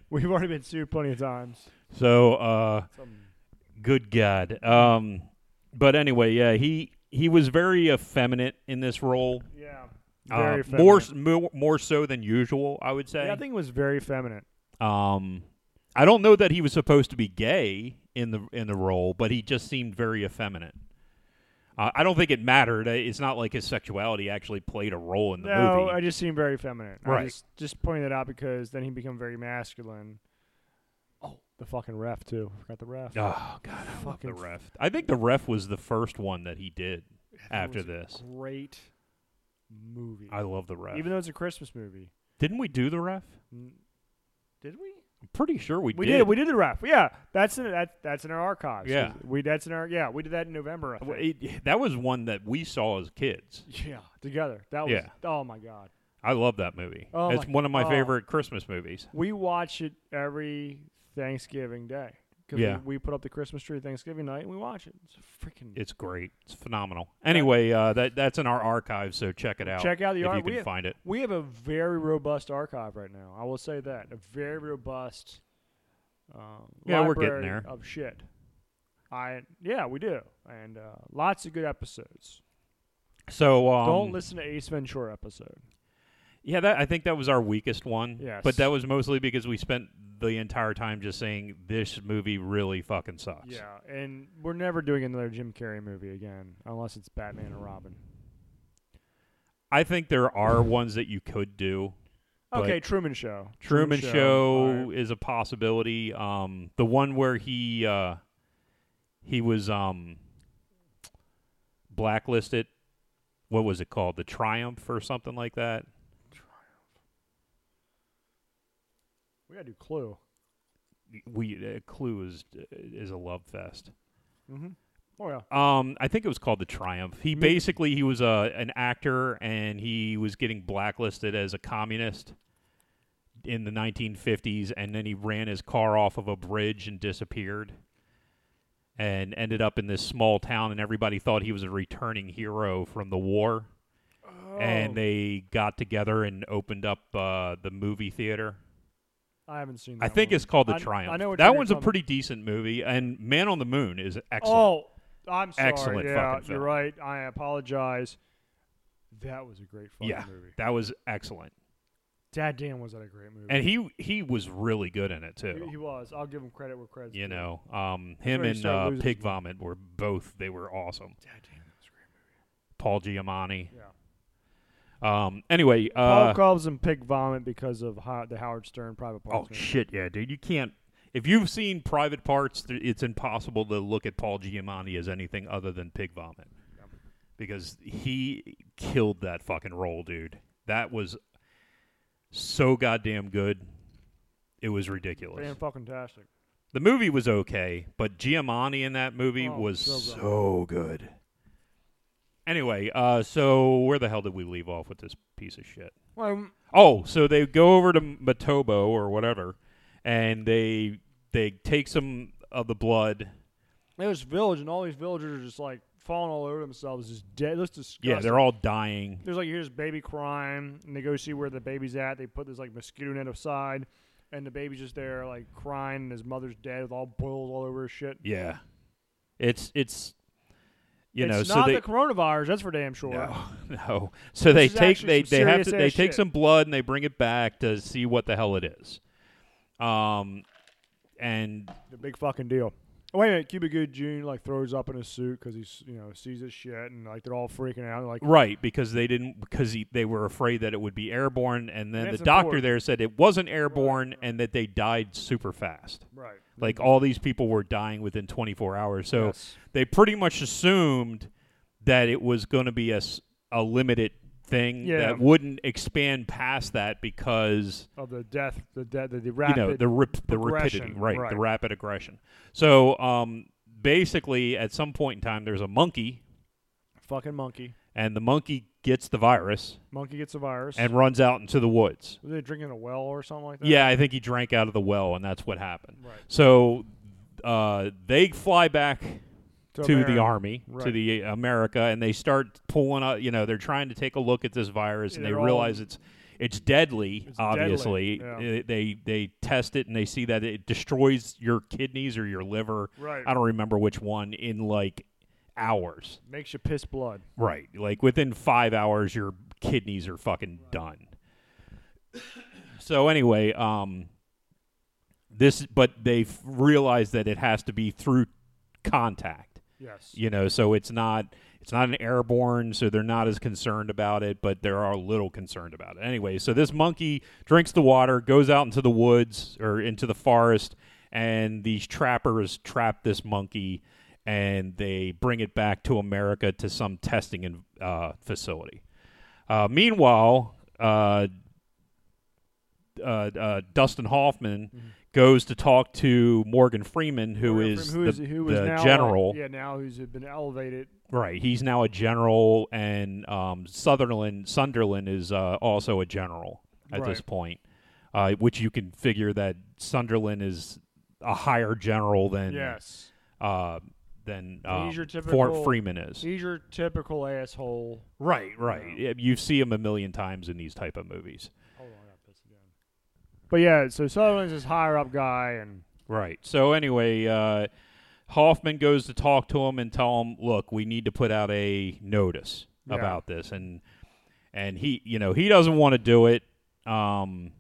we've already been sued plenty of times. So uh, Some- good God. Um, but anyway, yeah, he he was very effeminate in this role. yeah, Uh, very feminine. more, s- more more so than usual, I would say. Yeah, I think it was very feminine. Um, I don't know that he was supposed to be gay in the in the role, but he just seemed very effeminate. Uh, I don't think it mattered. Uh, It's not like his sexuality actually played a role in the no, movie. I just seem very feminine. I Right. just, just pointing that out because then he become very masculine. Oh, the fucking ref too. Forgot the ref. oh god, I love Fucking the ref. I think the ref was the first one that he did after was a this. great movie. I love the ref. Even though it's a Christmas movie, Didn't we do the ref? N- did we? I'm pretty sure we, We did. We did the ref. Yeah, that's in that. That's in our archives. Yeah. we. That's in our. Yeah, we did that in November. I think. W- it- that was one that we saw as kids. yeah, together. That was. Yeah. Oh my god. I love that movie. Oh it's my- one of my oh. favorite Christmas movies. We watch it every Thanksgiving day. 'Cause we- Yeah. we, put up the Christmas tree Thanksgiving night and we watch it. It's freaking. It's great. It's phenomenal. Anyway, uh, that that's in our archive, so check it out. Check out the if ar- you we can have- find it. We have a very robust archive right now. I will say that a very robust. Um, Yeah, we're getting library there. Of shit. I yeah, we do, and uh, lots of good episodes. So um, Don't listen to Ace Ventura episode. Yeah, that, I think that was our weakest one. Yes. but that was mostly because we spent the entire time just saying this movie really fucking sucks. Yeah, and we're never doing another Jim Carrey movie again, unless it's Batman and Robin. I think there are ones that you could do. But- Okay, Truman Show. Truman, Show alright. is a possibility. Um, the one where he uh, he was um, blacklisted. What was it called? The Triumph or something like that. We gotta do Clue. we uh, Clue is is a love fest. Mm-hmm. Oh yeah. Um, I think it was called the Triumph. He Maybe. basically he was a an actor and he was getting blacklisted as a communist in the 1950s, and then he ran his car off of a bridge and disappeared, and ended up in this small town, and everybody thought he was a returning hero from the war, Oh, and they got together and opened up uh, the movie theater. I haven't seen. That I think one. it's called The I- Triumph. I know what that you're one's a talking- pretty decent movie, and Man on the Moon is excellent. Oh, I'm sorry. Excellent yeah, fucking you're film. right. I apologize. That was a great fucking Yeah. movie. That was excellent, Dad Dan was that a great movie. and he he was really good in it he, he too. was. I'll give him credit where credit's You due. know, um, him where he and started uh, losing Pig his Vomit were both they were awesome. Dad Dan, that was a great Paul Giamatti. movie. Yeah. Um, anyway, Paul uh, calls him pig vomit because of Ho- the Howard Stern private oh parts. movie. shit, yeah, dude, you can't. If you've seen Private Parts, th- it's impossible to look at Paul Giamatti as anything other than Pig Vomit, Yeah. because he killed that fucking role, dude. That was so goddamn good. It was ridiculous. Fan fucking tastic. The movie was okay, but Giamatti in that movie Oh, was so so good. good. Anyway, uh, so where the hell did we leave off with this piece of shit? Well, Oh, so they go over to Matobo or whatever, and they they take some of the blood. there's village, and all these villagers are just like falling all over themselves, just dead. That's disgusting. Yeah, they're all dying. There's like here's baby crying, and they go see where the baby's at. They put this like mosquito net aside, and the baby's just there like crying, and his mother's dead with all boils all over his shit. Yeah, it's it's you know it's so not they the coronavirus. That's for damn sure. no no so they is take actually they some they have to serious they ass take shit. some blood and they bring it back to see what the hell it is, um, and The big fucking deal. Oh, wait a minute, Cuba Good Jr. like throws up in his suit because he's you know sees this shit, and like they're all freaking out. Like Right, because they didn't because he, they were afraid that it would be airborne, and then And the it's doctor important. there said it wasn't airborne right. and that they died super fast. right, Like all these people were dying within 24 hours, so Yes. they pretty much assumed that it was going to be a, s- a limited thing Yeah. that wouldn't expand past that because of the death, the death, the, the rapid. you know the rip, the rapidity, progression, right, The right. rapid aggression. So um, basically, at some point in time, there's a monkey, fucking monkey. and the monkey gets the virus. Monkey gets a virus. and runs out into the woods. was they drinking a well or something like that? Yeah, I think he drank out of the well, and that's what happened. Right. So uh, they fly back to the America. army, to Right. the America, and they start pulling out. You know, they're trying to take a look at this virus, and they They're all- realize it's it's deadly. It's deadly, obviously, yeah. Uh, they they test it and they see that it destroys your kidneys or your liver. Right. I don't remember which one in like hours. Makes you piss blood. Right. Like within five hours, your kidneys are fucking done. So anyway, um, this but they f- realize that it has to be through contact. Yes. You know, so it's not it's not an airborne, so they're not as concerned about it, but they are a little concerned about it. Anyway, so this monkey drinks the water, goes out into the woods or into the forest, and these trappers trap this monkey and they bring it back to America to some testing and uh, facility. Uh, meanwhile, uh, uh, uh, Dustin Hoffman goes to talk to Morgan Freeman, who Mm-hmm. Morgan is Freeman, the, who is, who is the now, uh, general. yeah, now who's been elevated. Right, he's now a general, and um, Sutherland Sunderland is uh, also a general at Right. this point, uh, which you can figure that Sunderland is a higher general than yes. uh, than um, He's your Fort typical- Freeman is. He's your typical asshole. Right, right. Yeah, You see him a million times in these type of movies. Hold on, I gotta piss it down. But yeah, so Sutherland's this higher up guy, and Right. So anyway, uh, Hoffman goes to talk to him and tell him, "Look, we need to put out a notice Yeah. about this," and and he, you know, he doesn't want to do it. Um,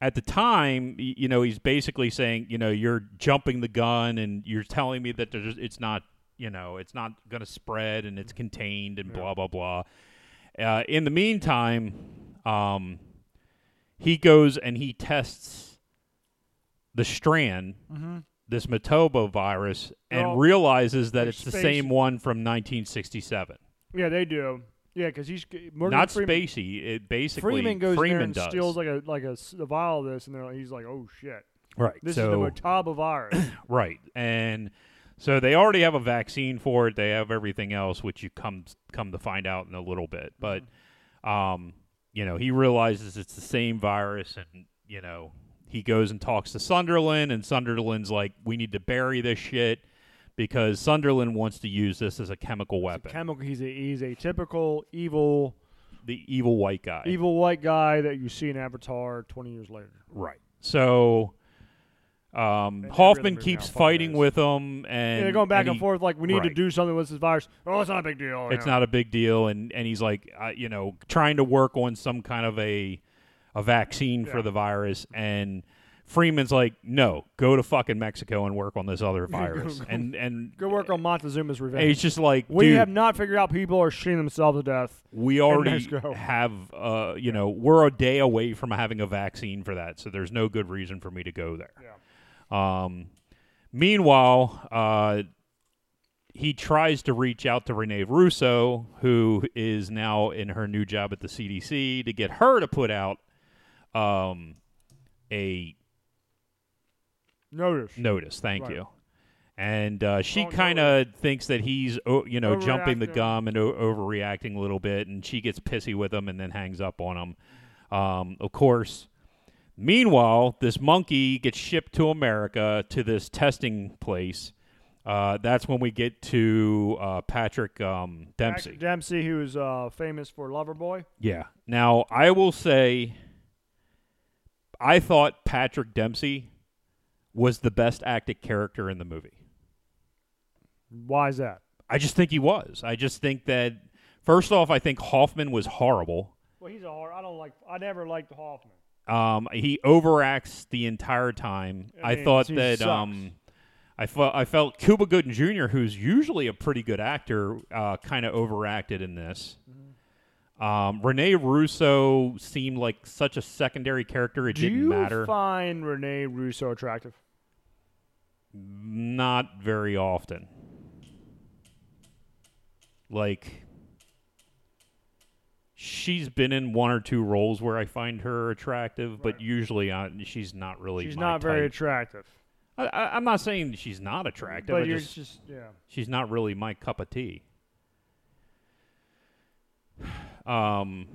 at the time, y- you know, he's basically saying, you know, you're jumping the gun and you're telling me that there's, it's not, you know, it's not going to spread and it's contained and Yeah. blah blah blah. Uh, in the meantime, um, he goes and he tests the strand this Matobo virus and Mm-hmm. Well, realizes that it's the spacey. same one from 1967. yeah, they do. Yeah, because he's Morgan Not Freeman, spacey. It basically Freeman goes in Freeman there and does. steals like a like a, s- a vial of this, and they're, he's like, "Oh shit, right. this so is the Mataba virus." right, and so they already have a vaccine for it. They have everything else, which you come come to find out in a little bit. But Mm-hmm. um, you know, he realizes it's the same virus, and you know, he goes and talks to Sunderland, and Sunderland's like, "We need to bury this shit." Because Sunderland wants to use this as a chemical weapon. Chemical. He's a he's a typical evil the evil white guy. evil white guy that you see in Avatar twenty years later. Right. So um, They Hoffman really keeps moved down fighting fucking with him, and Yeah, they're going back and, he- forth like we need to right. do something with this virus. Oh, it's not a big deal. It's yeah. not a big deal, and and he's like, uh, you know, trying to work on some kind of a a vaccine for Yeah. the virus, and Freeman's like, no, go to fucking Mexico and work on this other virus, and and Good work on Montezuma's and revenge. It's just like, we dude, have not figured out people are shooting themselves to death. we already Mexico. have, uh, you know, we're a day away from having a vaccine for that, so there's no good reason for me to go there. Yeah. Um, meanwhile, uh, he tries to reach out to Renee Russo, who is now in her new job at the CDC, to get her to put out um, a Notice. notice. Thank Right. you. and uh, she Oh, no. kind of thinks that he's o- you know jumping the Overreacting. gum and o- overreacting a little bit, and she gets pissy with him and then hangs up on him. Um, of course. Meanwhile, this monkey gets shipped to America to this testing place. Uh, that's when we get to uh, Patrick um, Dempsey. Patrick Dempsey, who's uh, famous for Loverboy. Yeah. Now, I will say I thought Patrick Dempsey was the best acted character in the movie. Why is that? I just think he was. I just think that first off, I think Hoffman was horrible. Well, he's a hard. I don't like. I never liked Hoffman. Um, he overacts the entire time. I I, mean, thought he that sucks. um I felt I felt Cuba Gooden Jr., who's usually a pretty good actor, uh, kind of overacted in this. Mm-hmm. Um, Rene Russo seemed like such a secondary character; it Do didn't you matter. find Rene Russo attractive? not very often. Like she's been in one or two roles where I find her attractive, but Right. usually I, she's not really. She's my not very type. attractive. I, I, I'm not saying she's not attractive. but I you're just, just yeah. she's not really my cup of tea. Um,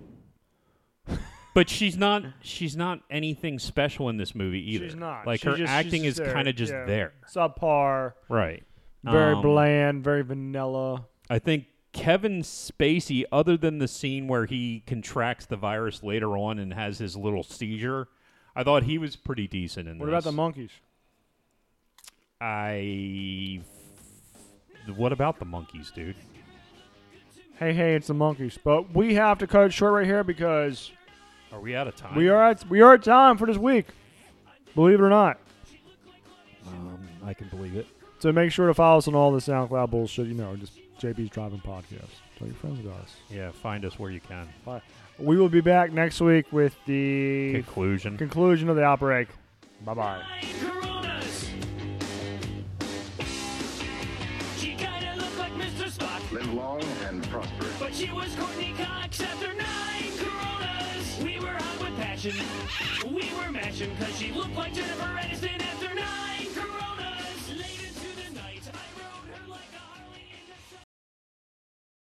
but she's not. She's not anything special in this movie either. She's not. Like She her just- acting she's is there, kind of just yeah. there, Subpar, right? very Um, bland, very vanilla. I think Kevin Spacey, other than the scene where he contracts the virus later on and has his little seizure, I thought he was pretty decent in What this. about the monkeys? I. What about the monkeys, dude? Hey, hey, it's the monkeys. But we have to cut it short right here because Are we out of time? we are at we are at time for this week. Believe it or not. Um, I can believe it. So make sure to follow us on all the SoundCloud bullshit. You know, just JB's Driving Podcast. Tell your friends about us. Yeah, find us where you can. We will be back next week with the Conclusion. conclusion of the outbreak. Bye bye. Coronas. She kinda looked like Mr. Spock, Live long and prosper. but she was Courtney Cox after nine Coronas. We were hot with passion. We were mashing 'cause she looked like Jennifer Aniston after nine.